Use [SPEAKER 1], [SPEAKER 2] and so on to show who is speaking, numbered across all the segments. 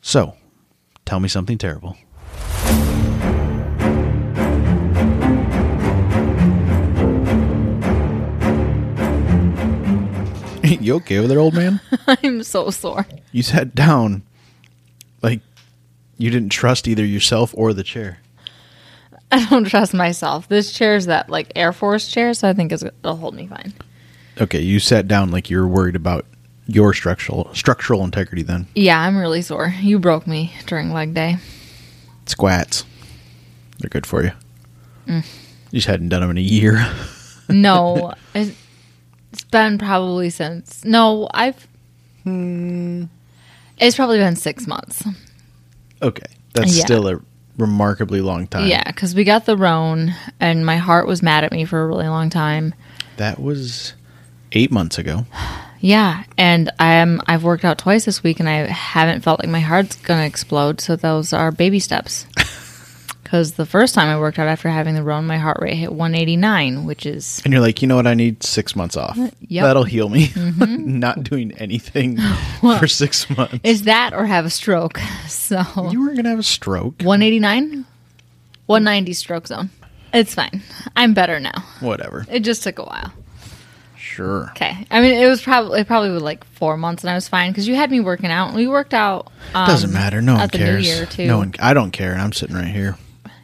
[SPEAKER 1] So, tell me something terrible. you okay over there, old man?
[SPEAKER 2] I'm so sore.
[SPEAKER 1] You sat down like you didn't trust either yourself or the chair.
[SPEAKER 2] I don't trust myself. This chair's that like Air Force chair, so I think it's, it'll hold me fine.
[SPEAKER 1] Okay, you sat down like you're worried about your structural structural integrity then.
[SPEAKER 2] Yeah, I'm really sore. You broke me during leg day.
[SPEAKER 1] Squats. They're good for you.
[SPEAKER 2] Mm.
[SPEAKER 1] You just hadn't done them in a year.
[SPEAKER 2] No, it's it's been probably since. No, I've. Hmm. It's probably been six months.
[SPEAKER 1] okay. That's
[SPEAKER 2] Yeah.
[SPEAKER 1] still a remarkably long time.
[SPEAKER 2] Yeah, because we got the roan, and my heart was mad at me for a really long time.
[SPEAKER 1] That was 8 months ago.
[SPEAKER 2] Yeah, and I'm I've worked out twice this week, and I haven't felt like my heart's gonna explode. So those are baby steps. Because the first time I worked out after having the roan, my heart rate hit 189, which is
[SPEAKER 1] And you're like, you know what? I need six months off.
[SPEAKER 2] yep. Mm-hmm.
[SPEAKER 1] That'll heal me. Not doing anything for six months.
[SPEAKER 2] is that or have a stroke. So
[SPEAKER 1] you weren't going to have a stroke.
[SPEAKER 2] 189, 190 stroke zone. It's fine. I'm better now.
[SPEAKER 1] Whatever.
[SPEAKER 2] It just took a while.
[SPEAKER 1] Sure.
[SPEAKER 2] Okay. I mean, it was probably it probably was like four months, and I was fine because you had me working out. We worked out. Um,
[SPEAKER 1] Doesn't matter. No one
[SPEAKER 2] at the new
[SPEAKER 1] cares.
[SPEAKER 2] year, too.
[SPEAKER 1] No one. I don't care. And I'm sitting right here.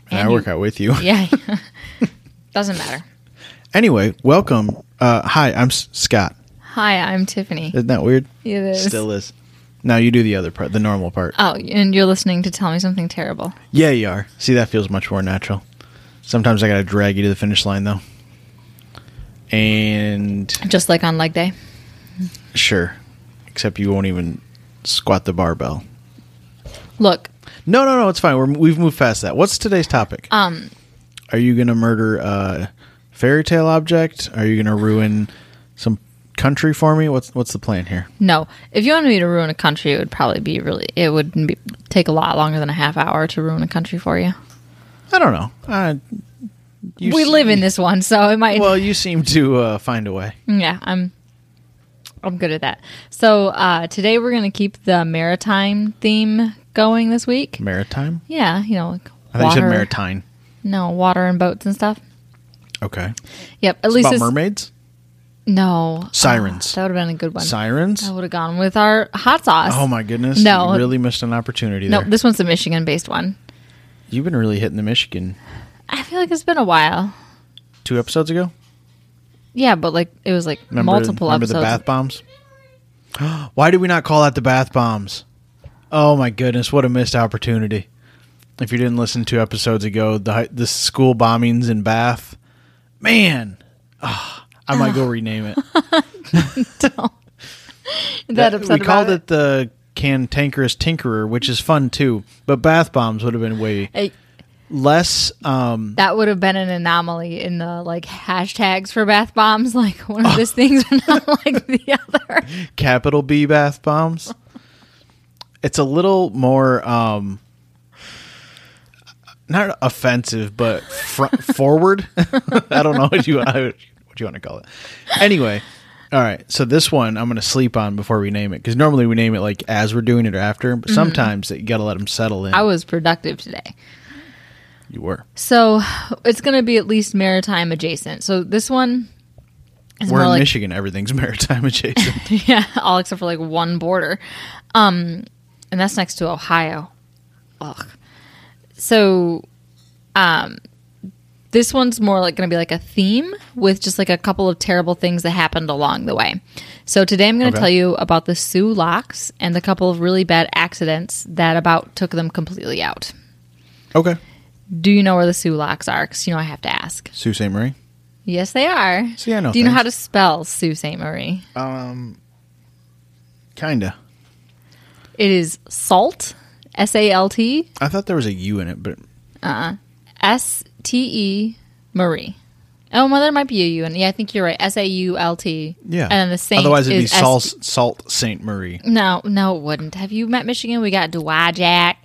[SPEAKER 1] And, I
[SPEAKER 2] And
[SPEAKER 1] work
[SPEAKER 2] you-
[SPEAKER 1] out with you.
[SPEAKER 2] Yeah. Doesn't matter.
[SPEAKER 1] Anyway, welcome. Uh, hi, I'm S- Scott.
[SPEAKER 2] Hi, I'm Tiffany.
[SPEAKER 1] Isn't that weird?
[SPEAKER 2] It is.
[SPEAKER 1] Still is. Now you do the other part, the normal part.
[SPEAKER 2] Oh, and you're listening to tell me something terrible.
[SPEAKER 1] yeah, you are. See, that feels much more natural. Sometimes I got to drag you to the finish line, though. And
[SPEAKER 2] Just like on leg day.
[SPEAKER 1] Sure. Except you won't even squat the barbell.
[SPEAKER 2] Look,
[SPEAKER 1] No, no, no. It's fine. We're, we've moved past that. What's today's topic? Um, are you gonna murder a fairy tale object? Are you gonna ruin some country for me? What's what's the plan here?
[SPEAKER 2] no. If you wanted me to ruin a country, it would probably be really. It would be, take a lot longer than a half hour to ruin a country for you.
[SPEAKER 1] I don't know. I, you
[SPEAKER 2] we
[SPEAKER 1] se-
[SPEAKER 2] live in this one, so it might.
[SPEAKER 1] Well, you seem to uh, find a way.
[SPEAKER 2] yeah, I'm. I'm good at that. So uh, today we're gonna keep the maritime theme going this week.
[SPEAKER 1] Maritime.
[SPEAKER 2] Yeah, you know, like
[SPEAKER 1] I think you
[SPEAKER 2] water.
[SPEAKER 1] said maritime.
[SPEAKER 2] No, water and boats and stuff.
[SPEAKER 1] Okay.
[SPEAKER 2] Yep. At least
[SPEAKER 1] About
[SPEAKER 2] it's,
[SPEAKER 1] mermaids,
[SPEAKER 2] no Ah,
[SPEAKER 1] Sirens.
[SPEAKER 2] that would have been a good one.
[SPEAKER 1] sirens.
[SPEAKER 2] I would have gone with our hot sauce.
[SPEAKER 1] Oh my goodness!
[SPEAKER 2] No.
[SPEAKER 1] you really missed an opportunity
[SPEAKER 2] No,
[SPEAKER 1] there.
[SPEAKER 2] this one's a Michigan based one.
[SPEAKER 1] You've been really hitting the Michigan
[SPEAKER 2] I feel like it's been a while.
[SPEAKER 1] two episodes ago.
[SPEAKER 2] Yeah, but like it was like
[SPEAKER 1] Remember,
[SPEAKER 2] multiple
[SPEAKER 1] remember
[SPEAKER 2] episodes.
[SPEAKER 1] the bath bombs? Why did we not call out the bath bombs? Oh my goodness, what a missed opportunity. If you didn't listen to episodes ago, the hi- the school bombings in Bath. Man, ah, I might go rename it.
[SPEAKER 2] that upset
[SPEAKER 1] we called
[SPEAKER 2] about
[SPEAKER 1] it the Cantankerous Tinkerer, which is fun too. But bath bombs would have been way
[SPEAKER 2] it.
[SPEAKER 1] less. Um,
[SPEAKER 2] That would have been an anomaly in the like hashtags for bath bombs. Like one of
[SPEAKER 1] Oh.
[SPEAKER 2] these things are not like the other.
[SPEAKER 1] capital B bath bombs. It's a little more um not offensive, but fr- forward. I don't know what you I would- what you want to call it. Anyway, all right. So this one I'm going to sleep on before we name it because normally we name it like as we're doing it or after, but sometimes you got to let them settle in.
[SPEAKER 2] Mm-hmm. I was productive today.
[SPEAKER 1] you were.
[SPEAKER 2] So it's going to be at least maritime adjacent. So this one is
[SPEAKER 1] We're
[SPEAKER 2] more
[SPEAKER 1] in
[SPEAKER 2] like
[SPEAKER 1] Michigan. Everything's maritime adjacent.
[SPEAKER 2] yeah, all except for like one border, um, and that's next to Ohio. Ugh. So, um, this one's more like going to be like a theme with just like a couple of terrible things that happened along the way. So today I'm going to
[SPEAKER 1] Okay.
[SPEAKER 2] tell you about the Sioux Locks and the couple of really bad accidents that about took them completely out.
[SPEAKER 1] okay.
[SPEAKER 2] Do you know where the Sioux Locks are? Because you know I have to ask.
[SPEAKER 1] Sault Ste. Marie.
[SPEAKER 2] Yes, they are.
[SPEAKER 1] See, I know
[SPEAKER 2] Do you know
[SPEAKER 1] things.
[SPEAKER 2] how to spell Sault Ste. Marie?
[SPEAKER 1] Kinda.
[SPEAKER 2] It is salt, S A L T,
[SPEAKER 1] I thought there was a U in it, but
[SPEAKER 2] S T E Marie. Oh, well, there might be a U, and yeah, I think you're right. S A U L T.
[SPEAKER 1] yeah.
[SPEAKER 2] and then the Saint.
[SPEAKER 1] Otherwise, it'd
[SPEAKER 2] is
[SPEAKER 1] be
[SPEAKER 2] S-
[SPEAKER 1] Salt Salt Saint Marie.
[SPEAKER 2] No, no, it wouldn't. Have you met Michigan? We got Dowagiac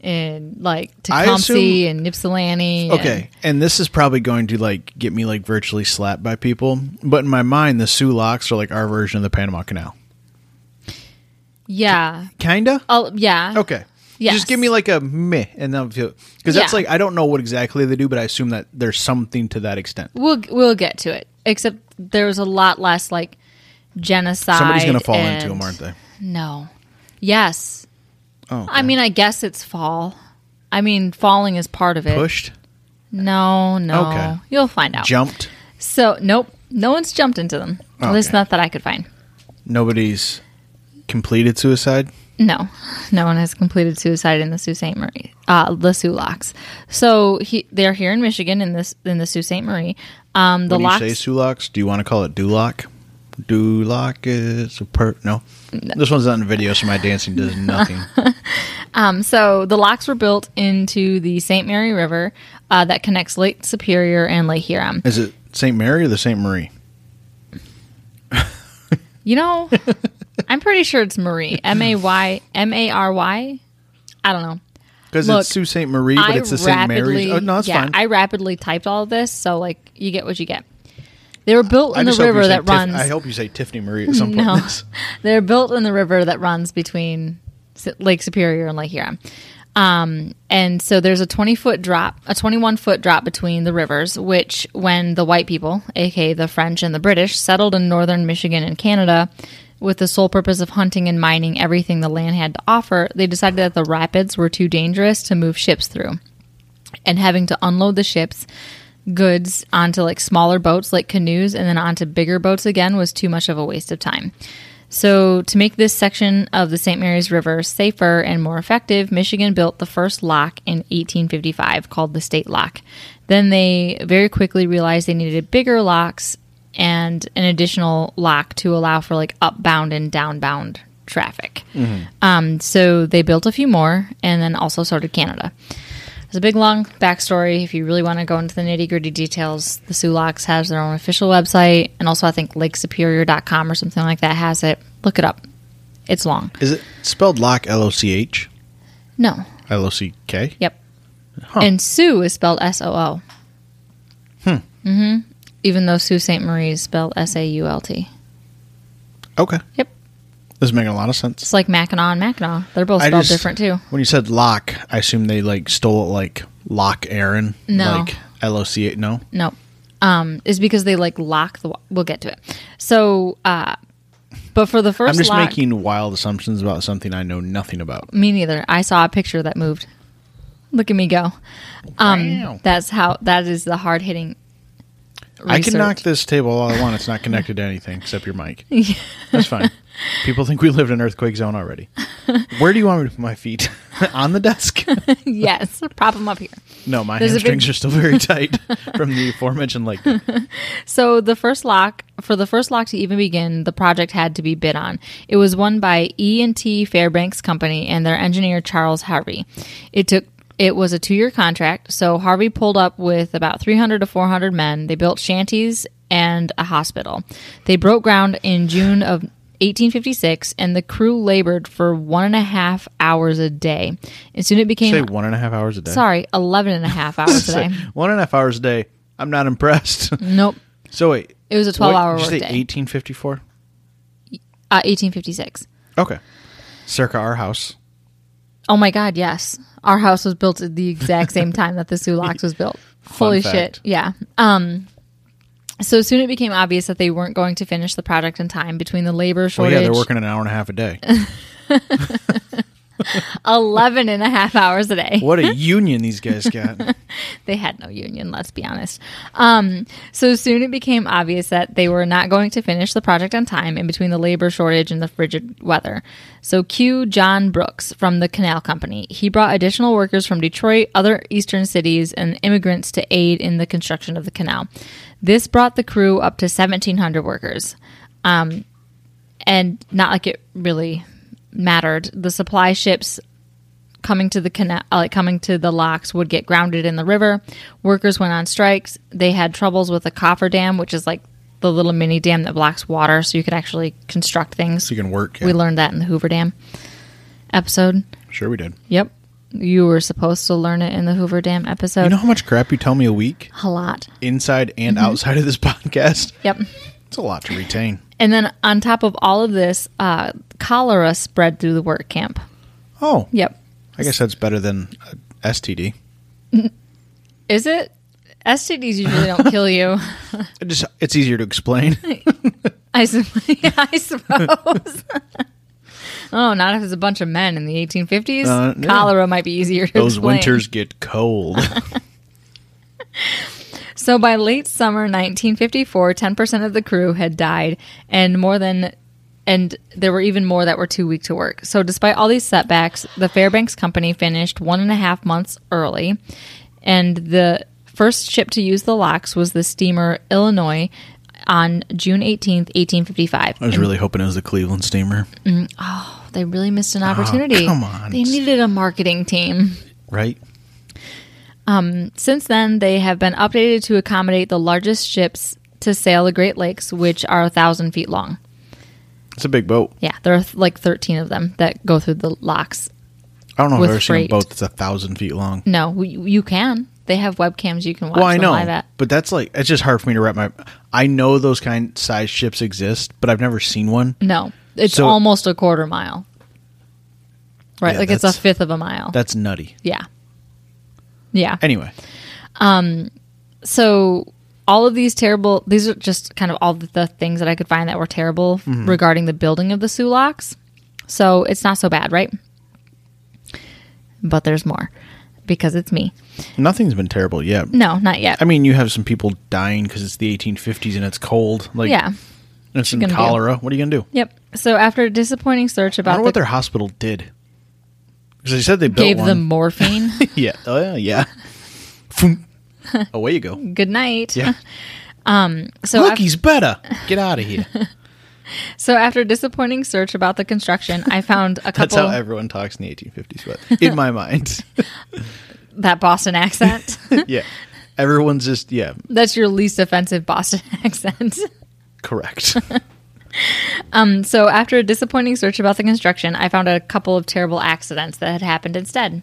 [SPEAKER 2] and like
[SPEAKER 1] I
[SPEAKER 2] Tecumseh and Ypsilanti. and-
[SPEAKER 1] Okay, and this is probably going to like get me like virtually slapped by people, but in my mind, the Sioux Locks are like our version of the Panama Canal,
[SPEAKER 2] yeah.
[SPEAKER 1] kinda.
[SPEAKER 2] Oh, yeah.
[SPEAKER 1] Okay,
[SPEAKER 2] Yes.
[SPEAKER 1] Just give me like a meh, and then feel because that's
[SPEAKER 2] Yeah.
[SPEAKER 1] like I don't know what exactly they do, but I assume that there's something to that extent.
[SPEAKER 2] We'll we'll get to it. Except there was a lot less like genocide.
[SPEAKER 1] Somebody's gonna fall
[SPEAKER 2] and-
[SPEAKER 1] into them, aren't they?
[SPEAKER 2] No. Yes.
[SPEAKER 1] Oh,
[SPEAKER 2] I mean, I guess it's fall. I mean, falling is part of it.
[SPEAKER 1] pushed,
[SPEAKER 2] No, no.
[SPEAKER 1] Okay.
[SPEAKER 2] You'll find out.
[SPEAKER 1] jumped.
[SPEAKER 2] So, nope. No one's jumped into them. At least
[SPEAKER 1] Okay.
[SPEAKER 2] not that I could find.
[SPEAKER 1] Nobody's completed suicide.
[SPEAKER 2] No, no one has completed suicide in the Sault Ste. Marie, uh, the Sioux Locks. So he, they're here in Michigan in this in the Sault Ste. Marie. Um, the
[SPEAKER 1] when
[SPEAKER 2] locks,
[SPEAKER 1] you say Sulox, do you want to call it Duloc? Duloc is a per. No. This one's not in video, so my dancing does nothing.
[SPEAKER 2] um, so the locks were built into the St. Mary River uh, that connects Lake Superior and Lake Huron.
[SPEAKER 1] Is it St. Mary or the St. Marie?
[SPEAKER 2] You know, I'm pretty sure it's Marie, M A Y M A R Y. I don't know.
[SPEAKER 1] Because
[SPEAKER 2] Look,
[SPEAKER 1] it's Sault Ste. Marie, but it's the St. Mary's. Oh, no, it's
[SPEAKER 2] yeah,
[SPEAKER 1] fine.
[SPEAKER 2] I rapidly typed all of this, so like you get what you get. They were built
[SPEAKER 1] I
[SPEAKER 2] in the
[SPEAKER 1] just hope you
[SPEAKER 2] river
[SPEAKER 1] say
[SPEAKER 2] that
[SPEAKER 1] Tiff-
[SPEAKER 2] runs.
[SPEAKER 1] I hope you say Tiffany Marie at some point.
[SPEAKER 2] No. They're built in the river that runs between S- Lake Superior and Lake Huron. Um, and so there's a 20 foot drop, a 21 foot drop between the rivers, which when the white people, aka the French and the British, settled in northern Michigan and Canada with the sole purpose of hunting and mining everything the land had to offer, they decided that the rapids were too dangerous to move ships through. And having to unload the ships, goods onto like smaller boats like canoes and then onto bigger boats again was too much of a waste of time. So, to make this section of the St. Mary's River safer and more effective, Michigan built the first lock in 1855 called the State Lock. Then they very quickly realized they needed bigger locks and an additional lock to allow for like upbound and downbound traffic. Um, so, they built a few more and then also so did Canada. It's a big long backstory. If you really want to go into the nitty gritty details, the Sulox has their own official website, and also I think LakeSuperior.com or something like that has it. Look it up. It's long.
[SPEAKER 1] Is it spelled Lock, L O C H?
[SPEAKER 2] No.
[SPEAKER 1] L O C K?
[SPEAKER 2] Yep. And Sue is spelled S O O. Hmm. Mm-hmm.
[SPEAKER 1] Hmm.
[SPEAKER 2] Even though Sue St. Marie is spelled S A U L T.
[SPEAKER 1] Okay.
[SPEAKER 2] Yep.
[SPEAKER 1] This is making a lot of sense.
[SPEAKER 2] It's like Mackinac and Mackinac. They're both
[SPEAKER 1] I
[SPEAKER 2] spelled
[SPEAKER 1] just-
[SPEAKER 2] different too.
[SPEAKER 1] When you said lock, I assume they like stole it like Lock Aaron.
[SPEAKER 2] No.
[SPEAKER 1] Like L O C H. No.
[SPEAKER 2] No. Um, is because they like lock the. We'll get to it. So, uh, but for the 1st
[SPEAKER 1] I'm just
[SPEAKER 2] lock,
[SPEAKER 1] making wild assumptions about something I know nothing about.
[SPEAKER 2] Me neither. I saw a picture that moved. Look at me go. Um,
[SPEAKER 1] Wow.
[SPEAKER 2] That's how. That is the hard hitting.
[SPEAKER 1] Oh. I can knock this table all I want. It's not connected to anything except your mic. That's fine. People think we lived in an earthquake zone already. Where do you want me to put my feet? On the desk?
[SPEAKER 2] yes, prop them up here.
[SPEAKER 1] No, my
[SPEAKER 2] There's a big-
[SPEAKER 1] hamstrings are still very tight from the aforementioned like
[SPEAKER 2] So the first lock for the first lock to even begin, the project had to be bid on. It was won by E and T Fairbanks Company and their engineer Charles Harvey. It took it was a two year contract, so Harvey pulled up with about three hundred to four hundred men. They built shanties and a hospital. They broke ground in June of 1856, and the crew labored for one and a half hours a day. And soon it became,
[SPEAKER 1] say one and a half hours a day.
[SPEAKER 2] sorry, 11 and a half hours a
[SPEAKER 1] Say
[SPEAKER 2] day.
[SPEAKER 1] one and a half hours a day. I'm not impressed.
[SPEAKER 2] Nope.
[SPEAKER 1] so wait.
[SPEAKER 2] It was a 12
[SPEAKER 1] what-
[SPEAKER 2] hour
[SPEAKER 1] did you say
[SPEAKER 2] workday.
[SPEAKER 1] 1854?
[SPEAKER 2] Uh, 1856.
[SPEAKER 1] Okay. Circa our house.
[SPEAKER 2] Oh my God, yes. Our house was built at the exact same time that the Sulox was built. Holy shit.
[SPEAKER 1] fact.
[SPEAKER 2] Yeah. Um, so soon it became obvious that they weren't going to finish the project in time between the labor
[SPEAKER 1] Well,
[SPEAKER 2] shortage,
[SPEAKER 1] yeah, they're working an hour and a half a day.
[SPEAKER 2] 11 and a half hours a day.
[SPEAKER 1] What a union these guys got.
[SPEAKER 2] they had no union, let's be honest. Um, so soon it became obvious that they were not going to finish the project on time in between the labor shortage and the frigid weather. So Q. John Brooks from the Canal Company. He brought additional workers from Detroit, other eastern cities, and immigrants to aid in the construction of the canal. This brought the crew up to 1,700 workers and not like it really mattered. The supply ships coming to the canal, uh, like coming to the locks, would get grounded in the river. Workers went on strikes. They had troubles with the cofferdam, which is like the little mini dam that blocks water, so you could actually construct things.
[SPEAKER 1] So you can work.
[SPEAKER 2] We
[SPEAKER 1] yeah.
[SPEAKER 2] learned that in the Hoover Dam episode.
[SPEAKER 1] Sure, we did.
[SPEAKER 2] Yep, you were supposed to learn it in the Hoover Dam episode.
[SPEAKER 1] You know how much crap you tell me a week,
[SPEAKER 2] a lot.
[SPEAKER 1] inside and
[SPEAKER 2] Mm-hmm.
[SPEAKER 1] outside of this podcast?
[SPEAKER 2] Yep.
[SPEAKER 1] It's a lot to retain.
[SPEAKER 2] And then on top of all of this, uh, cholera spread through the work camp.
[SPEAKER 1] Oh,
[SPEAKER 2] Yep.
[SPEAKER 1] I guess that's better than uh, STD.
[SPEAKER 2] Is it? STDs usually don't kill you.
[SPEAKER 1] It just it's easier to explain.
[SPEAKER 2] I, sup- I suppose. oh, not if it's a bunch of men in the 1850s.
[SPEAKER 1] Uh, yeah.
[SPEAKER 2] Cholera might be easier to
[SPEAKER 1] Those
[SPEAKER 2] explain.
[SPEAKER 1] winters get cold.
[SPEAKER 2] So by late summer 1954, 10% of the crew had died, and more than and there were even more that were too weak to work. So despite all these setbacks, the Fairbanks company finished one and a half months early, and the first ship to use the locks was the steamer Illinois on June 18th, 1855.
[SPEAKER 1] I was really hoping it was the Cleveland steamer,
[SPEAKER 2] They really missed an opportunity.
[SPEAKER 1] come on.
[SPEAKER 2] They needed a marketing team.
[SPEAKER 1] right?
[SPEAKER 2] Since then, they have been updated to accommodate the largest ships to sail the Great Lakes, which are 1,000 feet long.
[SPEAKER 1] It's a big boat.
[SPEAKER 2] Yeah, there are th- like 13 of them that go through the locks.
[SPEAKER 1] I don't know if
[SPEAKER 2] With
[SPEAKER 1] I've ever seen a
[SPEAKER 2] freight.
[SPEAKER 1] boat that's a thousand feet long.
[SPEAKER 2] No, we, you can. They have webcams you can watch
[SPEAKER 1] well, I
[SPEAKER 2] them
[SPEAKER 1] know,
[SPEAKER 2] live at.
[SPEAKER 1] but that's like it's just hard for me to wrap my. I know those kind size ships exist, but I've never seen one.
[SPEAKER 2] No, it's
[SPEAKER 1] So-
[SPEAKER 2] almost a quarter mile. Right,
[SPEAKER 1] Yeah,
[SPEAKER 2] like it's a
[SPEAKER 1] that's-
[SPEAKER 2] fifth of a mile.
[SPEAKER 1] That's nutty.
[SPEAKER 2] Yeah. Yeah.
[SPEAKER 1] Anyway,
[SPEAKER 2] so all of these terrible these are just kind of all the, the things that i could find that were terrible
[SPEAKER 1] Mm-hmm.
[SPEAKER 2] regarding the building of the sulaks so it's not so bad right but there's more because it's me
[SPEAKER 1] nothing's been terrible yet.
[SPEAKER 2] no not yet
[SPEAKER 1] I mean, you have some people dying because it's the 1850s and it's cold. Like,
[SPEAKER 2] yeah
[SPEAKER 1] and it's in
[SPEAKER 2] gonna do?
[SPEAKER 1] cholera. What are you gonna do?
[SPEAKER 2] yep so after a disappointing search
[SPEAKER 1] I
[SPEAKER 2] about
[SPEAKER 1] wonder what
[SPEAKER 2] the,
[SPEAKER 1] their hospital did. Because they said they built
[SPEAKER 2] gave
[SPEAKER 1] one.
[SPEAKER 2] them morphine
[SPEAKER 1] yeah. Oh yeah. yeah. Phoom. Away you go.
[SPEAKER 2] good night Um,
[SPEAKER 1] Yeah.
[SPEAKER 2] so
[SPEAKER 1] Look,
[SPEAKER 2] af-
[SPEAKER 1] he's better. Get out of here.
[SPEAKER 2] so after a disappointing search about the construction i found a
[SPEAKER 1] That's
[SPEAKER 2] couple
[SPEAKER 1] how everyone talks in the 1850s, but in my mind,
[SPEAKER 2] that boston accent
[SPEAKER 1] yeah, everyone's just yeah,
[SPEAKER 2] that's your least offensive boston accent
[SPEAKER 1] correct.
[SPEAKER 2] So, after a disappointing search about the construction, I found a couple of terrible accidents that had happened instead.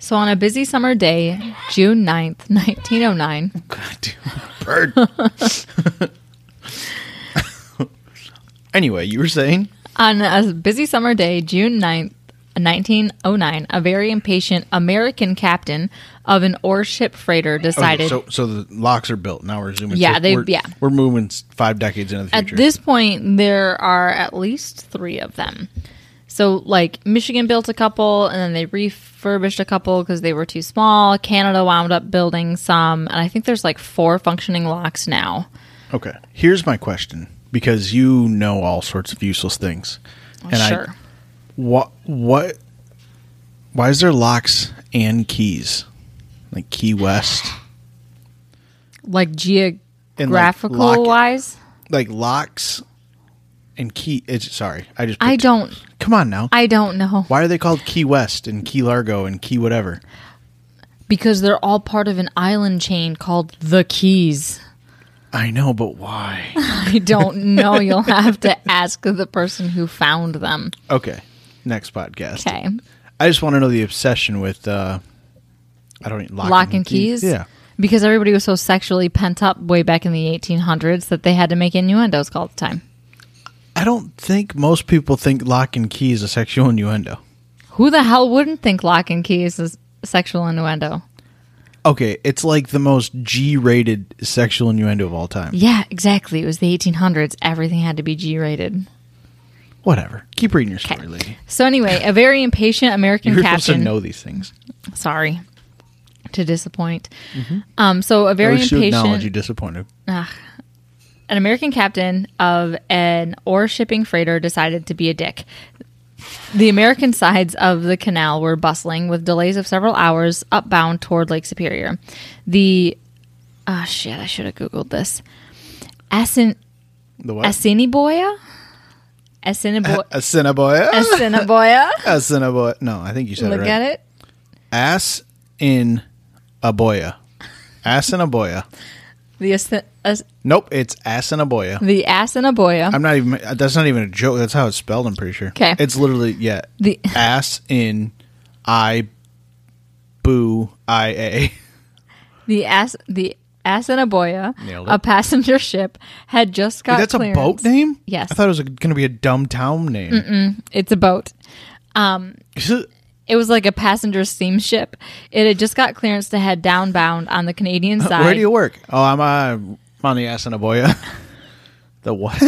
[SPEAKER 2] So, on a busy summer day, June oh 9th, 1909,
[SPEAKER 1] God damn, bird. anyway, you were saying
[SPEAKER 2] on a busy summer day, June 9th, 1909, a very impatient American captain of an ore ship freighter decided.
[SPEAKER 1] Oh, so so the locks are built. Now we're zooming.
[SPEAKER 2] Yeah,
[SPEAKER 1] so
[SPEAKER 2] they-
[SPEAKER 1] we're,
[SPEAKER 2] yeah.
[SPEAKER 1] we're moving s- five decades into the
[SPEAKER 2] at
[SPEAKER 1] future.
[SPEAKER 2] this point, there are at least three of them. So, like, Michigan built a couple and then they refurbished a couple because they were too small. Canada wound up building some. And I think there's like four functioning locks now.
[SPEAKER 1] okay, here's my question because you know all sorts of useless things, and
[SPEAKER 2] sure.
[SPEAKER 1] I what what why is there locks and keys like Key West
[SPEAKER 2] like,
[SPEAKER 1] And, like,
[SPEAKER 2] geographical
[SPEAKER 1] lock-
[SPEAKER 2] wise,
[SPEAKER 1] like locks and key? It's sorry, I just
[SPEAKER 2] I
[SPEAKER 1] picked-
[SPEAKER 2] don't.
[SPEAKER 1] come on now.
[SPEAKER 2] I don't know
[SPEAKER 1] why are they called Key West and Key Largo and Key whatever?
[SPEAKER 2] because they're all part of an island chain called the Keys.
[SPEAKER 1] I know, but why?
[SPEAKER 2] I don't know. You'll have to ask the person who found them.
[SPEAKER 1] okay, next podcast.
[SPEAKER 2] Okay.
[SPEAKER 1] I just want to know the obsession with. uh I don't lock,
[SPEAKER 2] lock and keys.
[SPEAKER 1] Yeah,
[SPEAKER 2] Because everybody was so sexually pent up way back in the 1800s that they had to make innuendos all the time.
[SPEAKER 1] I don't think most people think lock and key is a sexual innuendo.
[SPEAKER 2] Who the hell wouldn't think lock and keys is sexual innuendo?
[SPEAKER 1] Okay, it's like the most G-rated sexual innuendo of all time.
[SPEAKER 2] Yeah, exactly. It was the 1800s. Everything had to be G rated.
[SPEAKER 1] Whatever. Keep reading your story, lady.
[SPEAKER 2] So, anyway, a very impatient American
[SPEAKER 1] You're supposed to
[SPEAKER 2] captain.
[SPEAKER 1] know these things.
[SPEAKER 2] Sorry to disappoint.
[SPEAKER 1] Mm-hmm.
[SPEAKER 2] Um, so, a
[SPEAKER 1] At
[SPEAKER 2] very
[SPEAKER 1] least you acknowledge
[SPEAKER 2] impatient.
[SPEAKER 1] you disappointed.
[SPEAKER 2] an American captain of an ore shipping freighter decided to be a dick. The American sides of the canal were bustling with delays of several hours upbound toward Lake Superior. The ah shit, I should have googled this. Asin
[SPEAKER 1] The what?
[SPEAKER 2] Assiniboia? Assiniboia.
[SPEAKER 1] a Cinnaboy.
[SPEAKER 2] Assiniboia.
[SPEAKER 1] A Cinnaboy. No, I think you said
[SPEAKER 2] Look
[SPEAKER 1] it right.
[SPEAKER 2] at it.
[SPEAKER 1] Ass in a boya. Ass in a boya.
[SPEAKER 2] The Assin- As-
[SPEAKER 1] Nope, it's ass in a boya.
[SPEAKER 2] the Assiniboia.
[SPEAKER 1] I'm not even. That's not even a joke. That's how it's spelled. I'm pretty sure.
[SPEAKER 2] 'Kay.
[SPEAKER 1] It's literally yeah.
[SPEAKER 2] The-
[SPEAKER 1] ass in, I, boo I a.
[SPEAKER 2] the Ass the Assiniboia,
[SPEAKER 1] Nailed it.
[SPEAKER 2] a passenger ship, had just got
[SPEAKER 1] That's
[SPEAKER 2] clearance.
[SPEAKER 1] a boat name.
[SPEAKER 2] Yes.
[SPEAKER 1] I thought it was going to be a dumb town name.
[SPEAKER 2] It's a boat. It was like a passenger steamship. It had just got clearance to head downbound on the Canadian side.
[SPEAKER 1] Where do you work? Oh, I'm, uh, I'm on the Assiniboia. the what?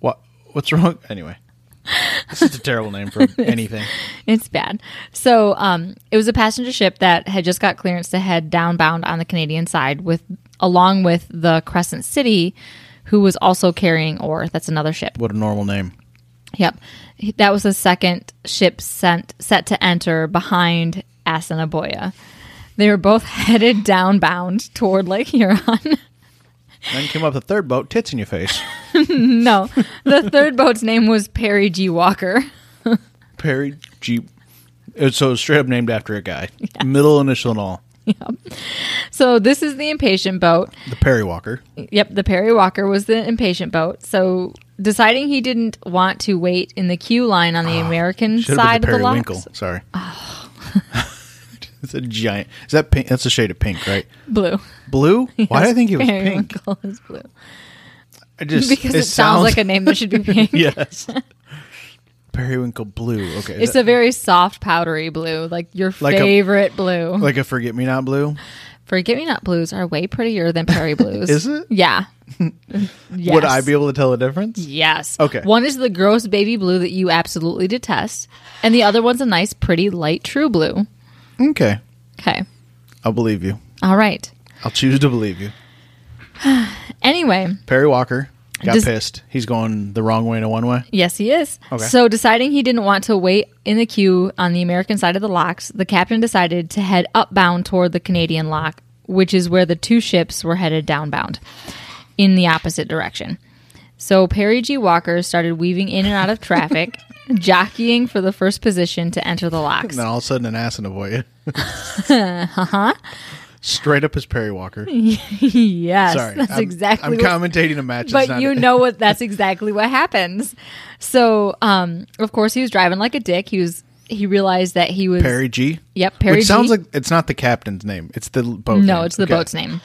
[SPEAKER 1] what? What's wrong? Anyway, this is a terrible name for anything.
[SPEAKER 2] It's bad. So um, it was a passenger ship that had just got clearance to head downbound on the Canadian side, with along with the Crescent City, who was also carrying ore. That's another ship.
[SPEAKER 1] What a normal name.
[SPEAKER 2] Yep, that was the second ship sent set to enter behind Assiniboia. They were both headed downbound toward Lake Huron.
[SPEAKER 1] Then came up the third boat, tits in your face.
[SPEAKER 2] no, the third boat's name was Perry G. Walker.
[SPEAKER 1] Perry Jeep. It's so straight up named after a guy. Middle initial and all.
[SPEAKER 2] So this is the impatient boat.
[SPEAKER 1] The Perry Walker.
[SPEAKER 2] Yep, the Perry Walker was the impatient boat. So deciding he didn't want to wait in the queue line on the American
[SPEAKER 1] Should have
[SPEAKER 2] side
[SPEAKER 1] Ah, been the
[SPEAKER 2] of the locks. Oh.
[SPEAKER 1] Periwinkle. Sorry. it's a giant. Is that pink? That's a shade of pink, right?
[SPEAKER 2] Blue.
[SPEAKER 1] Blue? Why do I think it was pink?
[SPEAKER 2] Periwinkle is blue.
[SPEAKER 1] I just
[SPEAKER 2] Because it, sounds like a name that should be pink.
[SPEAKER 1] yes. Periwinkle blue. Okay, is
[SPEAKER 2] It's
[SPEAKER 1] that
[SPEAKER 2] a very soft, powdery blue, like your
[SPEAKER 1] Like a-
[SPEAKER 2] favorite blue.
[SPEAKER 1] like a forget me not blue.
[SPEAKER 2] Forget me not blues are way prettier than Perry blues.
[SPEAKER 1] Is it?
[SPEAKER 2] Yeah. yes.
[SPEAKER 1] Would I be able to tell the difference?
[SPEAKER 2] Yes.
[SPEAKER 1] Okay.
[SPEAKER 2] One is the gross baby blue that you absolutely detest, and the other one's a nice, pretty, light, true blue.
[SPEAKER 1] Okay,
[SPEAKER 2] Okay.
[SPEAKER 1] I'll believe you.
[SPEAKER 2] All right.
[SPEAKER 1] I'll choose to believe you.
[SPEAKER 2] Anyway,
[SPEAKER 1] Perry Walker got
[SPEAKER 2] Does-
[SPEAKER 1] pissed. He's going the wrong way in a one way.
[SPEAKER 2] yes, he is.
[SPEAKER 1] Okay.
[SPEAKER 2] So, deciding he didn't want to wait in the queue on the American side of the locks, the captain decided to head upbound toward the Canadian lock, which is where the two ships were headed downbound in the opposite direction. So, Perry G. Walker started weaving in and out of traffic, jockeying for the first position to enter the locks.
[SPEAKER 1] And then all of a sudden, an ass in a boy. uh
[SPEAKER 2] Uh-huh.
[SPEAKER 1] huh. Straight up as Perry Walker.
[SPEAKER 2] yes,
[SPEAKER 1] Sorry,
[SPEAKER 2] that's
[SPEAKER 1] I'm,
[SPEAKER 2] exactly
[SPEAKER 1] I'm
[SPEAKER 2] what
[SPEAKER 1] commentating a match. It's
[SPEAKER 2] but
[SPEAKER 1] not-
[SPEAKER 2] you know what that's exactly what happens so um of course he was driving like a dick he was he realized that he was
[SPEAKER 1] Perry G.
[SPEAKER 2] Yep, Perry
[SPEAKER 1] Which sounds
[SPEAKER 2] G.
[SPEAKER 1] like it's not the captain's name. It's the l- boat.
[SPEAKER 2] no
[SPEAKER 1] name.
[SPEAKER 2] it's the
[SPEAKER 1] Okay.
[SPEAKER 2] boat's name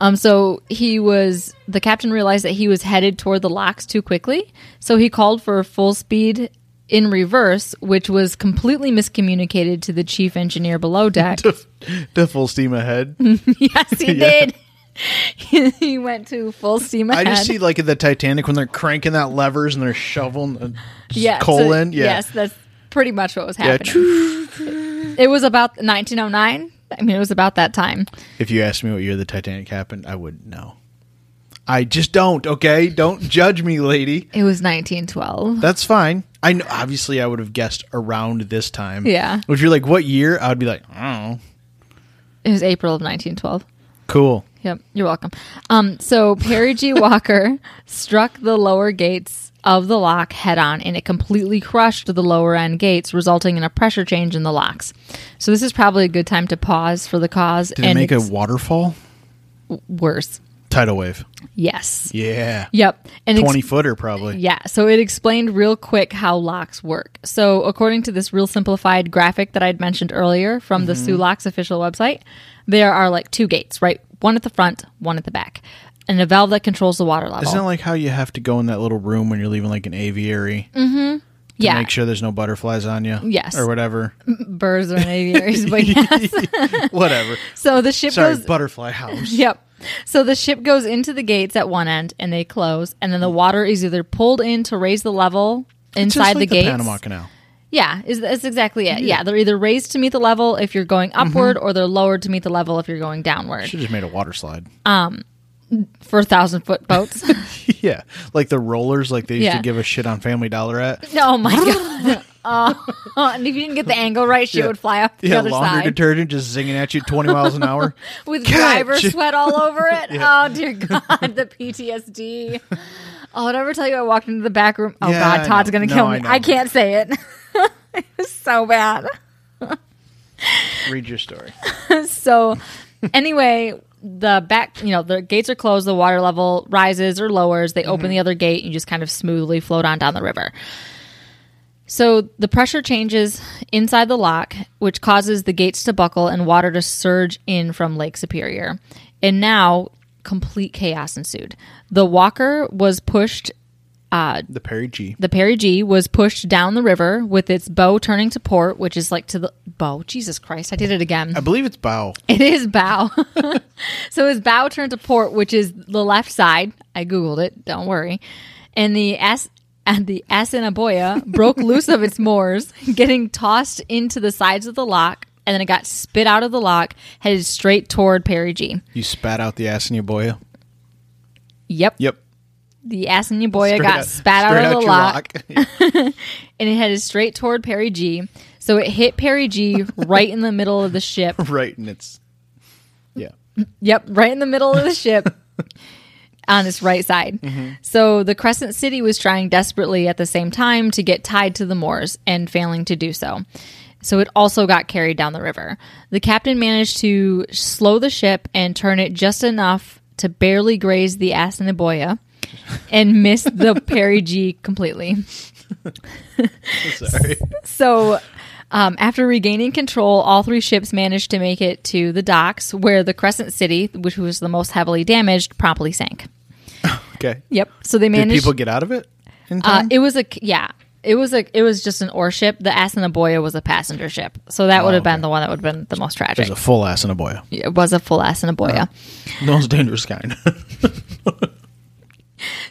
[SPEAKER 2] um so he was the captain realized that he was headed toward the locks too quickly so he called for full speed in reverse which was completely miscommunicated to the chief engineer below deck
[SPEAKER 1] To, to full steam ahead.
[SPEAKER 2] yes he
[SPEAKER 1] Yeah.
[SPEAKER 2] did he went to full steam
[SPEAKER 1] I
[SPEAKER 2] ahead
[SPEAKER 1] just see like in the Titanic when they're cranking that levers and they're shoveling the
[SPEAKER 2] yeah, so-
[SPEAKER 1] coal in. Yeah.
[SPEAKER 2] Yes, that's pretty much what was
[SPEAKER 1] yeah.
[SPEAKER 2] happening. It was about 1909. I mean, it was about that time.
[SPEAKER 1] If you asked me what year the Titanic happened, I wouldn't know. I just don't. Okay, don't judge me, lady.
[SPEAKER 2] It was 1912.
[SPEAKER 1] That's fine. I know. Obviously, I would have guessed around this time.
[SPEAKER 2] Yeah.
[SPEAKER 1] If you're like, what year? I would be like, oh,
[SPEAKER 2] It was April of 1912.
[SPEAKER 1] cool.
[SPEAKER 2] Yep, you're welcome. Um, so Perry G. Walker struck the lower gates of the lock head on, and it completely crushed the lower end gates, resulting in a pressure change in the locks. So this is probably a good time to pause for the cause.
[SPEAKER 1] Did
[SPEAKER 2] and
[SPEAKER 1] it make a
[SPEAKER 2] it's
[SPEAKER 1] waterfall?
[SPEAKER 2] worse?
[SPEAKER 1] Tidal wave.
[SPEAKER 2] Yes.
[SPEAKER 1] Yeah.
[SPEAKER 2] Yep. And ex-
[SPEAKER 1] Twenty footer probably.
[SPEAKER 2] Yeah, so it explained real quick how locks work. So, according to this real simplified graphic that I'd mentioned earlier from
[SPEAKER 1] Mm-hmm.
[SPEAKER 2] the Sioux Locks official website, there are like two gates, right? One at the front, one at the back, and a valve that controls the water level.
[SPEAKER 1] Isn't it like how you have to go in that little room when you're leaving like an aviary to
[SPEAKER 2] yeah,
[SPEAKER 1] make sure there's no butterflies on you?
[SPEAKER 2] Yes.
[SPEAKER 1] Or whatever.
[SPEAKER 2] birds are in aviaries, but yeah.
[SPEAKER 1] whatever.
[SPEAKER 2] So the ship
[SPEAKER 1] Sorry,
[SPEAKER 2] goes.
[SPEAKER 1] butterfly house.
[SPEAKER 2] Yep. So the ship goes into the gates at one end and they close, and then the water is either pulled in to raise the level
[SPEAKER 1] Mm. It's
[SPEAKER 2] inside
[SPEAKER 1] just like
[SPEAKER 2] the gates.
[SPEAKER 1] Panama Canal.
[SPEAKER 2] Yeah, is that's exactly it. Yeah. they're either raised to meet the level if you're going
[SPEAKER 1] Mm-hmm.
[SPEAKER 2] upward, or they're lowered to meet the level if you're going downward
[SPEAKER 1] Should have just made a water slide.
[SPEAKER 2] for thousand foot boats.
[SPEAKER 1] yeah. Like the rollers like they used
[SPEAKER 2] Yeah.
[SPEAKER 1] to give a shit on Family Dollar at.
[SPEAKER 2] oh my god! Oh, and if you didn't get the angle right, she
[SPEAKER 1] Yeah.
[SPEAKER 2] would fly off the
[SPEAKER 1] Yeah,
[SPEAKER 2] other
[SPEAKER 1] laundry
[SPEAKER 2] side
[SPEAKER 1] detergent just zinging at you 20 miles an hour.
[SPEAKER 2] with
[SPEAKER 1] Catch!
[SPEAKER 2] driver sweat all over it. Oh dear God, the PTSD. Oh, did I ever tell you I walked into the back room? Oh
[SPEAKER 1] Yeah, I
[SPEAKER 2] God, Todd's
[SPEAKER 1] know.
[SPEAKER 2] gonna
[SPEAKER 1] No,
[SPEAKER 2] kill
[SPEAKER 1] I
[SPEAKER 2] me.
[SPEAKER 1] know.
[SPEAKER 2] I, can't say it. it was so bad.
[SPEAKER 1] Read your story.
[SPEAKER 2] so anyway the back you know the gates are closed the water level rises or lowers they open the other gate and you just kind of smoothly float on down the river so the pressure changes inside the lock which causes the gates to buckle and water to surge in from lake superior and now complete chaos ensued the walker was pushed
[SPEAKER 1] the Perry G.
[SPEAKER 2] The Perry G was pushed down the river with its bow turning to port, which is like to the bow. Jesus Christ, I did it again.
[SPEAKER 1] I believe it's bow.
[SPEAKER 2] It is bow. so his bow turned to port, which is the left side. I googled it. Don't worry. And the S and the Assiniboia broke loose of its moors, getting tossed into the sides of the lock, and then it got spit out of the lock, headed straight toward Perry G.
[SPEAKER 1] You spat out the ass in your boya.
[SPEAKER 2] Yep.
[SPEAKER 1] Yep.
[SPEAKER 2] The Assiniboia
[SPEAKER 1] Straight
[SPEAKER 2] got
[SPEAKER 1] out-
[SPEAKER 2] spat out
[SPEAKER 1] straight
[SPEAKER 2] of the
[SPEAKER 1] your
[SPEAKER 2] lock,
[SPEAKER 1] lock.
[SPEAKER 2] and it headed straight toward Perry G. So it hit Perry G right in the middle of the ship.
[SPEAKER 1] right, and it's yeah.
[SPEAKER 2] Yep, right in the middle of the ship on its right side. So the Crescent City was trying desperately at the same time to get tied to the Moors and failing to do so. So it also got carried down the river. The captain managed to slow the ship and turn it just enough to barely graze the Assiniboia and miss the Perry G completely.
[SPEAKER 1] Sorry.
[SPEAKER 2] So, um, after regaining control, all three ships managed to make it to the docks where the Crescent City, which was the most heavily damaged, promptly sank.
[SPEAKER 1] Okay.
[SPEAKER 2] Yep. So they
[SPEAKER 1] Did
[SPEAKER 2] managed.
[SPEAKER 1] people get out of it? In
[SPEAKER 2] uh,
[SPEAKER 1] time?
[SPEAKER 2] it was a yeah. It was a it was just an ore ship. The Assiniboia was a passenger ship, so that would have been the one that would have been the most tragic.
[SPEAKER 1] There's a full ass in Oh, a Uh-huh. boya.
[SPEAKER 2] it was a full Assiniboia.
[SPEAKER 1] The most dangerous kind.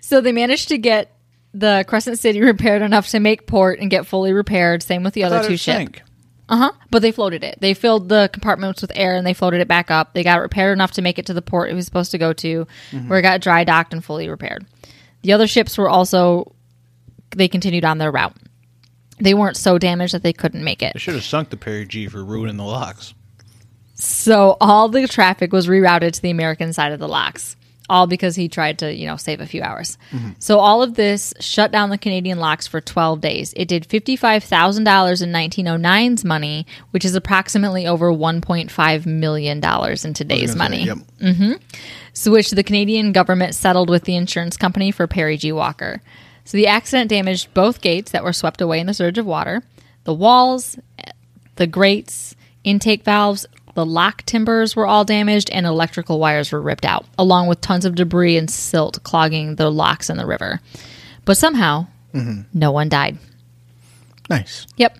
[SPEAKER 2] So they managed to get the Crescent City repaired enough to make port and get fully repaired. Same with the other two ships. Uh huh. But they floated it. They filled the compartments with air and they floated it back up. They got it repaired enough to make it to the port it was supposed to go to, where it got dry docked and fully repaired. The other ships were also, they continued on their route. They weren't so damaged that they couldn't make it.
[SPEAKER 1] I should have sunk the Perry G for ruining the locks.
[SPEAKER 2] So all the traffic was rerouted to the American side of the locks, all because he tried to, you know, save a few hours. So all of this shut down the Canadian locks for 12 days. It did $55,000 in 1909's money, which is approximately over 1.5 million dollars in today's money.
[SPEAKER 1] Yep.
[SPEAKER 2] So which the Canadian government settled with the insurance company for Perry G. Walker. So the accident damaged both gates that were swept away in the surge of water, the walls, the grates, intake valves, the lock timbers were all damaged, and electrical wires were ripped out, along with tons of debris and silt clogging the locks in the river. But somehow, no one died.
[SPEAKER 1] Nice.
[SPEAKER 2] Yep.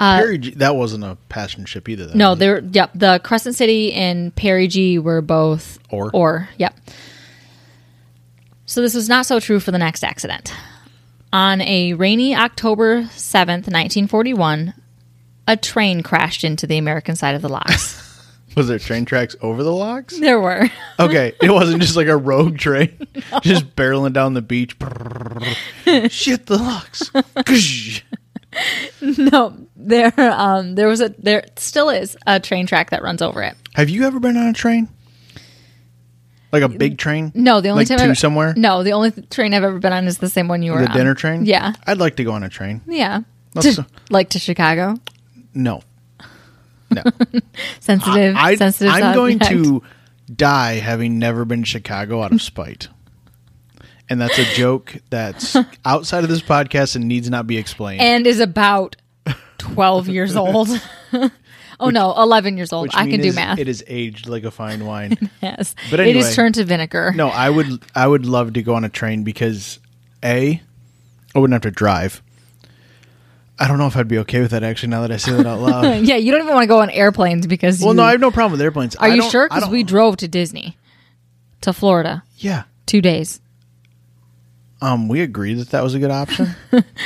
[SPEAKER 1] Perry G, that wasn't a passenger ship either. Though.
[SPEAKER 2] Uh, No, they're yep. The Crescent City and Perry G were both
[SPEAKER 1] Or.
[SPEAKER 2] or yep. So this was not so true for the next accident. On a rainy October seventh, nineteen forty one, a train crashed into the American side of the locks.
[SPEAKER 1] Was there train tracks over the locks?
[SPEAKER 2] there were.
[SPEAKER 1] Okay, it wasn't just like a rogue train, just barreling down the beach. Shit, the locks.
[SPEAKER 2] No, there um there was a there still is a train track that runs over it.
[SPEAKER 1] Have you ever been on a train? Like a big train?
[SPEAKER 2] No, the only
[SPEAKER 1] like
[SPEAKER 2] time
[SPEAKER 1] two
[SPEAKER 2] I've- e-,
[SPEAKER 1] somewhere.
[SPEAKER 2] No, the only th- train I've ever been on is the same one you were
[SPEAKER 1] the
[SPEAKER 2] on.
[SPEAKER 1] dinner train.
[SPEAKER 2] Yeah.
[SPEAKER 1] I'd like to go on a train.
[SPEAKER 2] Yeah.
[SPEAKER 1] That's-
[SPEAKER 2] To- like to Chicago.
[SPEAKER 1] No, no.
[SPEAKER 2] Sensitive
[SPEAKER 1] I,
[SPEAKER 2] sensitive
[SPEAKER 1] I'm going
[SPEAKER 2] subject.
[SPEAKER 1] to die having never been to Chicago out of spite. And that's a joke that's outside of this podcast and needs not be explained.
[SPEAKER 2] and is about 12 years old. oh no, 11 years old.
[SPEAKER 1] which
[SPEAKER 2] I can
[SPEAKER 1] means
[SPEAKER 2] do math.
[SPEAKER 1] It is aged like a fine wine.
[SPEAKER 2] yes.
[SPEAKER 1] But
[SPEAKER 2] it
[SPEAKER 1] anyway.
[SPEAKER 2] is turned to vinegar.
[SPEAKER 1] No, I would I would love to go on a train because A, I wouldn't have to drive. I don't know if I'd be okay with that actually now that I say that out loud.
[SPEAKER 2] yeah, you don't even want to go on airplanes because
[SPEAKER 1] well,
[SPEAKER 2] you,
[SPEAKER 1] no, I have no problem with airplanes.
[SPEAKER 2] Are
[SPEAKER 1] I
[SPEAKER 2] you
[SPEAKER 1] don't-
[SPEAKER 2] sure
[SPEAKER 1] I
[SPEAKER 2] cuz
[SPEAKER 1] don't-
[SPEAKER 2] we drove to Disney to Florida
[SPEAKER 1] Yeah.
[SPEAKER 2] 2 days.
[SPEAKER 1] Um we agreed that that was a good option.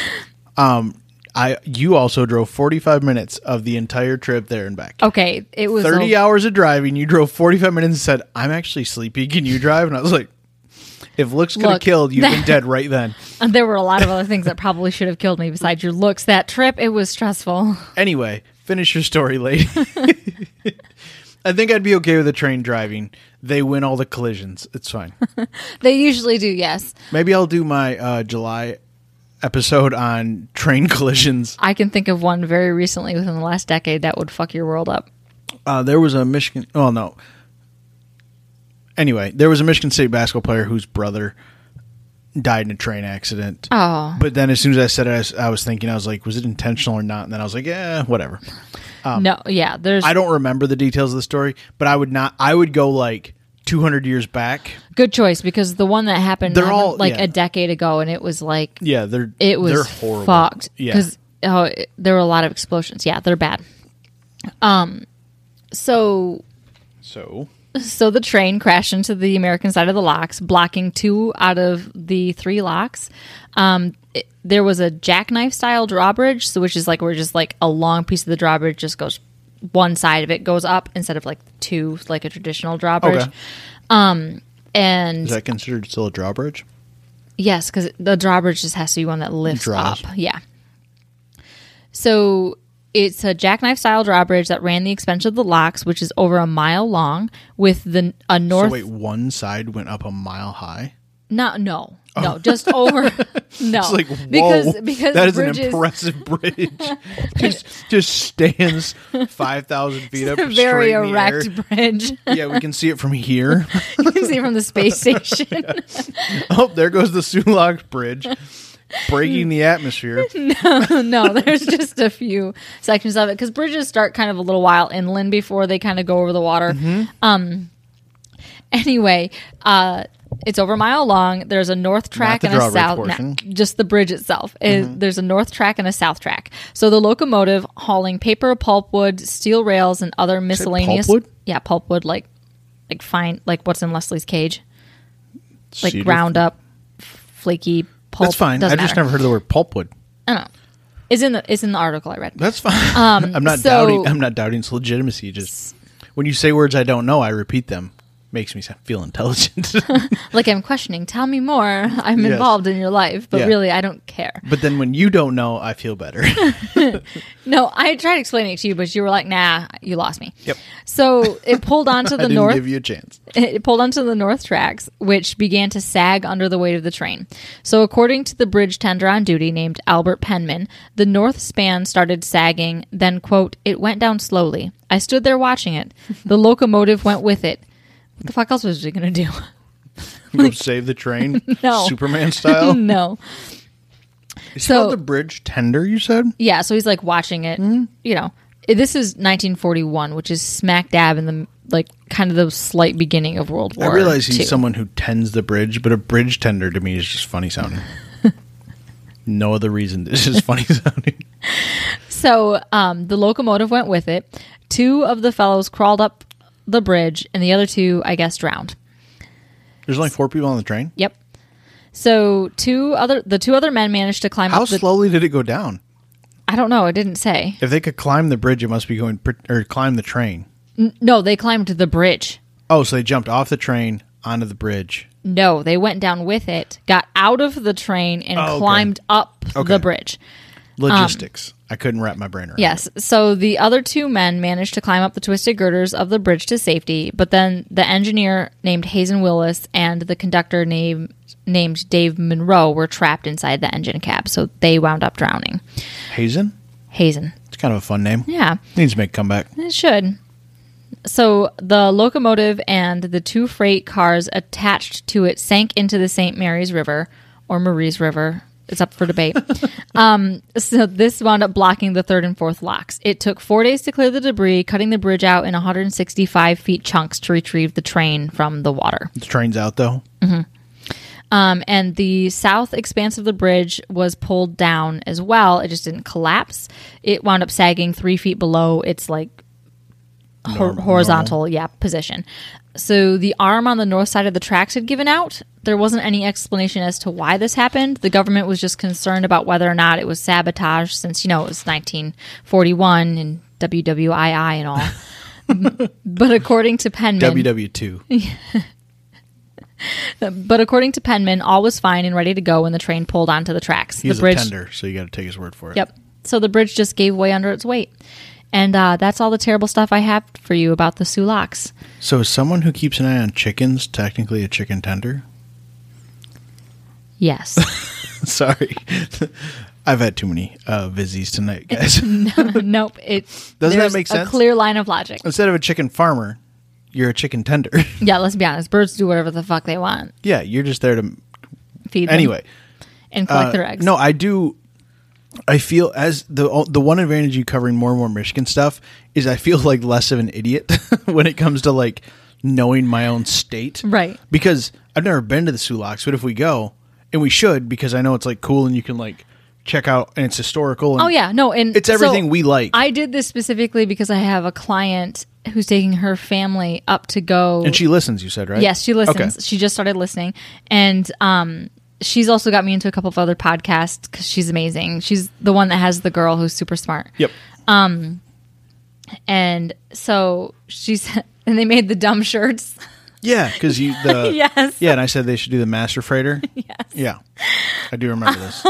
[SPEAKER 1] um I you also drove 45 minutes of the entire trip there and back.
[SPEAKER 2] Okay, it was
[SPEAKER 1] 30
[SPEAKER 2] a,
[SPEAKER 1] hours of driving, you drove 45 minutes and said, "I'm actually sleepy. Can you drive?" And I was like, if looks could have
[SPEAKER 2] Look,
[SPEAKER 1] killed, you've been dead right then.
[SPEAKER 2] there were a lot of other things that probably should have killed me besides your looks that trip. It was stressful.
[SPEAKER 1] Anyway, finish your story, lady. I think I'd be okay with a train driving. They win all the collisions. It's fine.
[SPEAKER 2] They usually do, yes.
[SPEAKER 1] Maybe I'll do my uh, July episode on train collisions.
[SPEAKER 2] I can think of one very recently within the last decade that would fuck your world up.
[SPEAKER 1] Uh, there was a Michigan. Oh no. Anyway, there was a Michigan State basketball player whose brother died in a train accident.
[SPEAKER 2] Oh.
[SPEAKER 1] But then, as soon as I said it, I was, I was thinking, I was like, was it intentional or not? And then I was like, yeah, whatever. Oh.
[SPEAKER 2] no, yeah, there's
[SPEAKER 1] I don't remember the details of the story, but I would not. I would go like 200 years back.
[SPEAKER 2] Good choice because the one that happened
[SPEAKER 1] They're
[SPEAKER 2] um,
[SPEAKER 1] all-
[SPEAKER 2] like
[SPEAKER 1] yeah.
[SPEAKER 2] a decade ago, and it was like
[SPEAKER 1] Yeah, they're
[SPEAKER 2] it was
[SPEAKER 1] they're horrible.
[SPEAKER 2] fucked
[SPEAKER 1] Yeah.
[SPEAKER 2] because oh, it- there were a lot of explosions. Yeah, they're bad. Um, so
[SPEAKER 1] So,
[SPEAKER 2] so the train crashed into the American side of the locks, blocking two out of the three locks. Um, it- there was a jackknife style drawbridge, so which is like where just like a long piece of the drawbridge just goes one side of it goes up instead of like two like a traditional drawbridge.
[SPEAKER 1] Okay.
[SPEAKER 2] Um, and
[SPEAKER 1] is that considered still a drawbridge?
[SPEAKER 2] Yes, because the drawbridge just has to be one that lifts
[SPEAKER 1] Draws.
[SPEAKER 2] up. Yeah. So it's a jackknife style drawbridge that ran the expansion of the locks, which is over a mile long, with the a north.
[SPEAKER 1] So wait, one side went up a mile high.
[SPEAKER 2] No, no, no, just over. No,
[SPEAKER 1] It's Oh. like whoa,
[SPEAKER 2] Oh, because because
[SPEAKER 1] that
[SPEAKER 2] the
[SPEAKER 1] is an
[SPEAKER 2] bridge is
[SPEAKER 1] impressive bridge. just just stands five thousand feet up,
[SPEAKER 2] a very
[SPEAKER 1] straight in the air.
[SPEAKER 2] erect bridge.
[SPEAKER 1] Yeah, we can see it from here.
[SPEAKER 2] you can see it from the space station.
[SPEAKER 1] oh, there goes the Sulog Bridge, breaking the atmosphere.
[SPEAKER 2] no, there's just a few sections of it because bridges start kind of a little while inland before they kind of go over the water.
[SPEAKER 1] Mm-hmm.
[SPEAKER 2] Um, anyway, uh, it's over a mile long. There's a north track
[SPEAKER 1] the
[SPEAKER 2] and a
[SPEAKER 1] drawbridge
[SPEAKER 2] south.
[SPEAKER 1] portion. Mm-hmm.
[SPEAKER 2] just the bridge itself. It- There's a north track and a south track. So the locomotive hauling paper, pulpwood, steel rails, and other miscellaneous.
[SPEAKER 1] pulpwood?
[SPEAKER 2] Yeah, pulpwood, like like fine, like what's in Leslie's cage, like
[SPEAKER 1] Cedar-
[SPEAKER 2] ground up, flaky pulp.
[SPEAKER 1] That's fine. I
[SPEAKER 2] Doesn't
[SPEAKER 1] have just
[SPEAKER 2] matter.
[SPEAKER 1] never heard of the word pulpwood.
[SPEAKER 2] Is in the is in the article I read.
[SPEAKER 1] That's fine. I'm not
[SPEAKER 2] Um, so-
[SPEAKER 1] doubting. I'm not doubting its legitimacy. Just when you say words I don't know, I repeat them. Makes me sound- feel intelligent.
[SPEAKER 2] like I'm questioning. Tell me more. I'm
[SPEAKER 1] Yes.
[SPEAKER 2] involved in your life, but
[SPEAKER 1] Yeah.
[SPEAKER 2] really, I don't care.
[SPEAKER 1] but then when you don't know, I feel better.
[SPEAKER 2] No, I tried explaining it to you, but you were like, "Nah, you lost me."
[SPEAKER 1] Yep.
[SPEAKER 2] So it pulled onto
[SPEAKER 1] I
[SPEAKER 2] the
[SPEAKER 1] didn't
[SPEAKER 2] north.
[SPEAKER 1] give you a chance.
[SPEAKER 2] it pulled onto the north tracks, which began to sag under the weight of the train. So, according to the bridge tender on duty named Albert Penman, the north span started sagging, then, quote, it went down slowly. I stood there watching it. The locomotive went with it. What the fuck else was it going to do?
[SPEAKER 1] Go save the train,
[SPEAKER 2] No.
[SPEAKER 1] Superman style.
[SPEAKER 2] no.
[SPEAKER 1] Is
[SPEAKER 2] So-
[SPEAKER 1] called the bridge tender. You said
[SPEAKER 2] Yeah, so he's like watching it.
[SPEAKER 1] Mm-hmm.
[SPEAKER 2] You know, this is 1941, which is smack dab in the like kind of the slight beginning of World War.
[SPEAKER 1] I realize he's
[SPEAKER 2] II.
[SPEAKER 1] someone who tends the bridge, but a bridge tender to me is just funny sounding. no other reason. This is funny sounding.
[SPEAKER 2] So um, the locomotive went with it. Two of the fellows crawled up the bridge, and the other two, I guess, drowned.
[SPEAKER 1] There's only four people on the train.
[SPEAKER 2] Yep. So two other the two other men managed to climb
[SPEAKER 1] How
[SPEAKER 2] up the.
[SPEAKER 1] slowly did it go down?
[SPEAKER 2] I don't know. It didn't say.
[SPEAKER 1] If they could climb the bridge, it must be going pret- or climb the train.
[SPEAKER 2] No, they climbed the bridge.
[SPEAKER 1] Oh, so they jumped off the train onto the bridge.
[SPEAKER 2] No, they went down with it, got out of the train, and
[SPEAKER 1] Oh, okay.
[SPEAKER 2] climbed up
[SPEAKER 1] Okay.
[SPEAKER 2] the bridge. Um,
[SPEAKER 1] Logistics. I couldn't wrap my brain around. it.
[SPEAKER 2] Yes. So the other two men managed to climb up the twisted girders of the bridge to safety, but then the engineer named Hazen Willis and the conductor named named Dave Monroe were trapped inside the engine cab, so they wound up drowning.
[SPEAKER 1] Hazen.
[SPEAKER 2] Hazen.
[SPEAKER 1] It's kind of a fun name.
[SPEAKER 2] Yeah,
[SPEAKER 1] Needs to make a comeback.
[SPEAKER 2] it should. So the locomotive and the two freight cars attached to it sank into the St. Mary's River or Marie's River. It's up for debate. Um, So this wound up blocking the third and fourth locks. It took four days to clear the debris, cutting the bridge out in 165 feet chunks to retrieve the train from the water.
[SPEAKER 1] The train's out though.
[SPEAKER 2] Um, and the south expanse of the bridge was pulled down as well. It just didn't collapse. It wound up sagging three feet below its like hor-
[SPEAKER 1] Norm-
[SPEAKER 2] horizontal, yeah, position. So the arm on the north side of the tracks had given out. There wasn't any explanation as to why this happened. The government was just concerned about whether or not it was sabotage, since you know it was 1941 and WWII and all. but according to Penman,
[SPEAKER 1] WW two.
[SPEAKER 2] but according to Penman, all was fine and ready to go when the train pulled onto the tracks.
[SPEAKER 1] He's
[SPEAKER 2] the bridge,
[SPEAKER 1] a tender, so you got to take his word for it.
[SPEAKER 2] Yep. So the bridge just gave way under its weight. And uh, that's all the terrible stuff I have for you about the Sulaks.
[SPEAKER 1] So is someone who keeps an eye on chickens technically a chicken tender?
[SPEAKER 2] Yes.
[SPEAKER 1] Sorry. I've had too many uh, Vizzies tonight, guys.
[SPEAKER 2] nope. It
[SPEAKER 1] Doesn't that
[SPEAKER 2] there's
[SPEAKER 1] make
[SPEAKER 2] A
[SPEAKER 1] sense?
[SPEAKER 2] clear line of logic.
[SPEAKER 1] Instead of a chicken farmer, you're a chicken tender.
[SPEAKER 2] Yeah. Let's be honest. Birds do whatever the fuck they want.
[SPEAKER 1] yeah, you're just there to.
[SPEAKER 2] Feed them
[SPEAKER 1] Anyway,
[SPEAKER 2] and collect
[SPEAKER 1] uh,
[SPEAKER 2] their eggs.
[SPEAKER 1] no, I do. I feel as the the one advantage you covering more and more Michigan stuff is I feel like less of an idiot when it comes to like knowing my own state.
[SPEAKER 2] Right.
[SPEAKER 1] Because I've never been to the Sulaks, but if we go, and we should, because I know it's like cool and you can like check out and it's historical. And
[SPEAKER 2] Oh yeah, no, and
[SPEAKER 1] It's
[SPEAKER 2] so
[SPEAKER 1] everything we like.
[SPEAKER 2] I did this specifically because I have a client who's taking her family up to go.
[SPEAKER 1] And she listens, you said, right?
[SPEAKER 2] yes, she listens.
[SPEAKER 1] Okay.
[SPEAKER 2] She just started listening, and um, she's also got me into a couple of other podcasts because she's amazing. She's the one that has the girl who's super smart.
[SPEAKER 1] Yep.
[SPEAKER 2] And so she's and they made the dumb shirts.
[SPEAKER 1] Yeah, because you the
[SPEAKER 2] Yes.
[SPEAKER 1] yeah, and I said they should do the master freighter. yes. Yeah, I do remember this.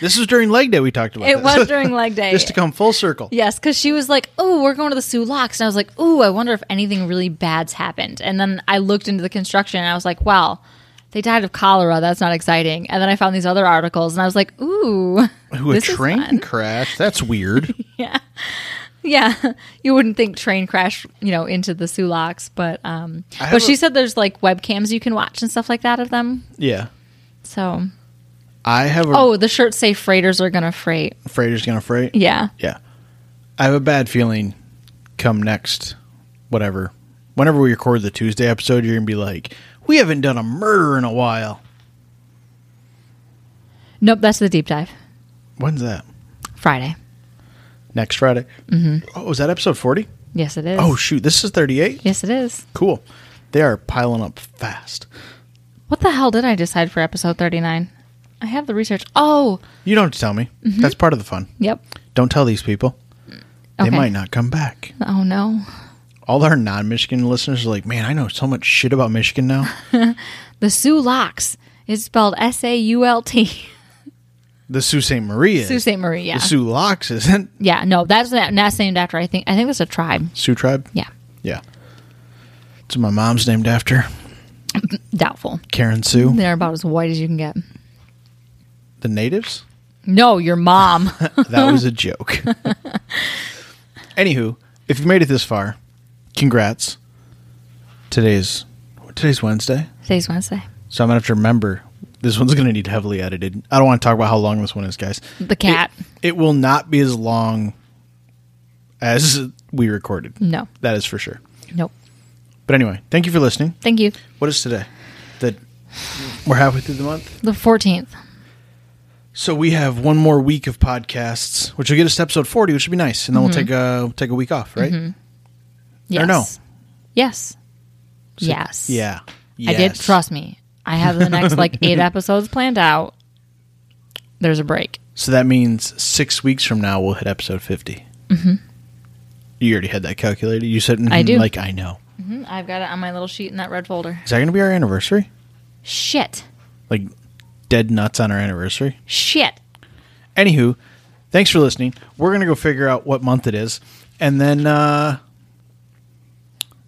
[SPEAKER 1] this was during leg day. We talked about
[SPEAKER 2] Um, It
[SPEAKER 1] this.
[SPEAKER 2] was during leg day.
[SPEAKER 1] just to come full circle.
[SPEAKER 2] Yes, because she was like, "Oh, we're going to the Sioux Locks," and I was like, "Ooh, I wonder if anything really bad's happened." And then I looked into the construction, and I was like, "Well, they died of cholera. That's not exciting." And then I found these other articles, and I was like, "Ooh,
[SPEAKER 1] Who a
[SPEAKER 2] this is
[SPEAKER 1] train
[SPEAKER 2] fun."
[SPEAKER 1] crash? That's weird.
[SPEAKER 2] Yeah, you wouldn't think train crash, you know, into the Sioux Locks, but um,
[SPEAKER 1] I have
[SPEAKER 2] but she
[SPEAKER 1] a-
[SPEAKER 2] said there's like webcams you can watch and stuff like that of them.
[SPEAKER 1] yeah,
[SPEAKER 2] So,
[SPEAKER 1] I have a
[SPEAKER 2] oh, the shirts say freighters are gonna freight.
[SPEAKER 1] freighter's gonna freight.
[SPEAKER 2] Yeah,
[SPEAKER 1] Yeah. I have a bad feeling come next, whatever. Whenever we record the Tuesday episode, you're going to be like, we haven't done a murder in a while.
[SPEAKER 2] nope, that's the deep dive
[SPEAKER 1] When's that?
[SPEAKER 2] Friday.
[SPEAKER 1] Next Friday. Mm-hmm. Oh, is that episode 40?
[SPEAKER 2] Yes, it is.
[SPEAKER 1] Oh, shoot. This is 38?
[SPEAKER 2] yes, it is.
[SPEAKER 1] Cool. They are piling up fast.
[SPEAKER 2] What the hell did I decide for episode 39? I have the research. Oh,
[SPEAKER 1] You don't have to tell me.
[SPEAKER 2] Mm-hmm.
[SPEAKER 1] That's part of the fun.
[SPEAKER 2] yep.
[SPEAKER 1] Don't tell these people.
[SPEAKER 2] Okay.
[SPEAKER 1] They might not come back.
[SPEAKER 2] Oh, no.
[SPEAKER 1] All our non Michigan listeners are like, man, I know so much shit about Michigan now.
[SPEAKER 2] The Sioux Locks is spelled S A U L T.
[SPEAKER 1] the Sault Ste. Marie is.
[SPEAKER 2] Sault Ste. Marie, yeah.
[SPEAKER 1] The Sioux Locks isn't.
[SPEAKER 2] Yeah, no, that's na- that's named after, I think. I think that's a tribe.
[SPEAKER 1] Sioux tribe?
[SPEAKER 2] Yeah,
[SPEAKER 1] Yeah. It's what my mom's named after
[SPEAKER 2] doubtful.
[SPEAKER 1] Karen Sue.
[SPEAKER 2] They're about as white as you can get.
[SPEAKER 1] The natives?
[SPEAKER 2] No, your mom.
[SPEAKER 1] That was a joke. Anywho, if you made it this far, congrats. Today's today's Wednesday,
[SPEAKER 2] Today's Wednesday.
[SPEAKER 1] so I'm gonna have to remember. This one's gonna need heavily edited. I don't want to talk about how long this one is, guys.
[SPEAKER 2] The cat.
[SPEAKER 1] It, it will not be as long as we recorded.
[SPEAKER 2] No.
[SPEAKER 1] That is for sure.
[SPEAKER 2] nope.
[SPEAKER 1] But anyway, thank you for listening.
[SPEAKER 2] Thank you.
[SPEAKER 1] What is today? That we're halfway through the month.
[SPEAKER 2] The 14th.
[SPEAKER 1] So we have one more week of podcasts, which will get us to episode forty, which would be nice, and then we'll take a
[SPEAKER 2] Mm-hmm.
[SPEAKER 1] we'll take a week off, right?
[SPEAKER 2] Yes.
[SPEAKER 1] Or no.
[SPEAKER 2] Yes. yes.
[SPEAKER 1] Yeah,
[SPEAKER 2] I did.
[SPEAKER 1] Yes.
[SPEAKER 2] Trust me. I have the next like eight episodes planned out. There's a break.
[SPEAKER 1] So that means six weeks from now we'll hit episode 50 Mm-hmm. You already had that calculated. You said,
[SPEAKER 2] I
[SPEAKER 1] mhm,
[SPEAKER 2] do.
[SPEAKER 1] Like I know.
[SPEAKER 2] Mhm, I've got it on my little sheet in that red folder.
[SPEAKER 1] Is that going to be our anniversary?
[SPEAKER 2] Shit.
[SPEAKER 1] Like dead nuts on our anniversary.
[SPEAKER 2] Shit.
[SPEAKER 1] Anywho, thanks for listening. We're going to go figure out what month it is, and then uh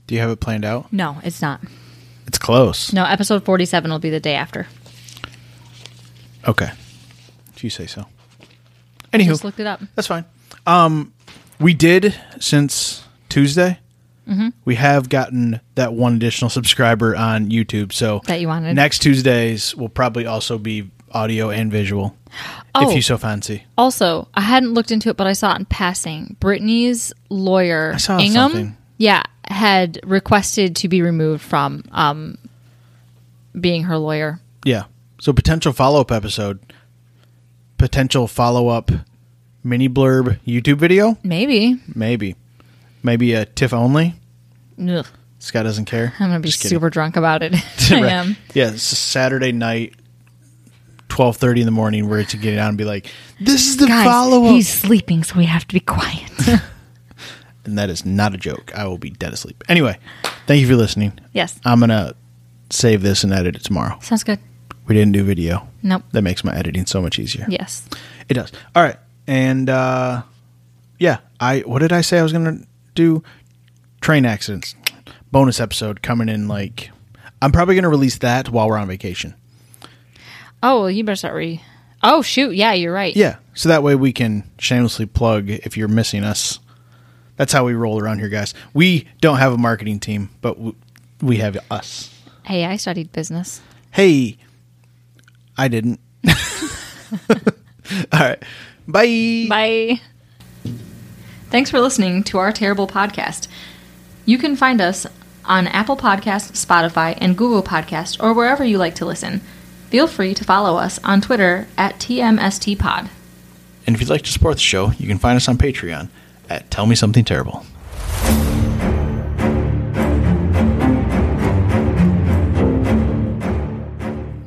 [SPEAKER 1] do you have it planned out?
[SPEAKER 2] No, it's not.
[SPEAKER 1] It's close.
[SPEAKER 2] No, episode 47 will be the day after.
[SPEAKER 1] Okay, if you say so. Anywho,
[SPEAKER 2] Just looked it up.
[SPEAKER 1] That's fine. Um, we did since Tuesday.
[SPEAKER 2] Mm-hmm.
[SPEAKER 1] We have gotten that one additional subscriber on YouTube. So
[SPEAKER 2] That you wanted.
[SPEAKER 1] Next Tuesdays will probably also be audio and visual,
[SPEAKER 2] Oh.
[SPEAKER 1] if you so fancy.
[SPEAKER 2] Also, I hadn't looked into it, but I saw it in passing. Brittany's lawyer,
[SPEAKER 1] I saw
[SPEAKER 2] Ingham,
[SPEAKER 1] something.
[SPEAKER 2] yeah, had requested to be removed from um, being her lawyer.
[SPEAKER 1] Yeah. So potential follow up episode, potential follow up mini blurb YouTube video,
[SPEAKER 2] Maybe.
[SPEAKER 1] maybe, maybe a TIFF only.
[SPEAKER 2] Ugh.
[SPEAKER 1] Scott doesn't care.
[SPEAKER 2] I'm going to be
[SPEAKER 1] Just kidding.
[SPEAKER 2] super drunk about it. I
[SPEAKER 1] Right.
[SPEAKER 2] am.
[SPEAKER 1] Yeah, it's a Saturday night, twelve thirty in the morning. We're to get out and be like, "This is the
[SPEAKER 2] Guys,
[SPEAKER 1] follow up,"
[SPEAKER 2] he's sleeping, so we have to be quiet.
[SPEAKER 1] and that is not a joke. I will be dead asleep. Anyway, thank you for listening.
[SPEAKER 2] yes.
[SPEAKER 1] I'm gonna save this and edit it tomorrow.
[SPEAKER 2] Sounds good.
[SPEAKER 1] We didn't do video.
[SPEAKER 2] Nope.
[SPEAKER 1] That makes my editing so much easier.
[SPEAKER 2] Yes.
[SPEAKER 1] It does. All right, and uh, yeah, I what did I say I was gonna do? Train accidents bonus episode coming in like I'm probably gonna release that while we're on vacation.
[SPEAKER 2] Oh, well, you better start re. Oh shoot! Yeah, you're right.
[SPEAKER 1] Yeah. So that way we can shamelessly plug if you're missing us. That's how we roll around here, guys. We don't have a marketing team, but w- we have us.
[SPEAKER 2] Hey, I studied business.
[SPEAKER 1] Hey, I didn't. All right. Bye.
[SPEAKER 2] Bye. Thanks for listening to our terrible podcast. You can find us on Apple Podcasts, Spotify, and Google Podcasts, or wherever you like to listen. Feel free to follow us on Twitter at TMSTPod.
[SPEAKER 1] And if you'd like to support the show, you can find us on Patreon at Tell Me Something Terrible.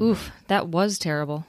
[SPEAKER 3] Oof, that was terrible.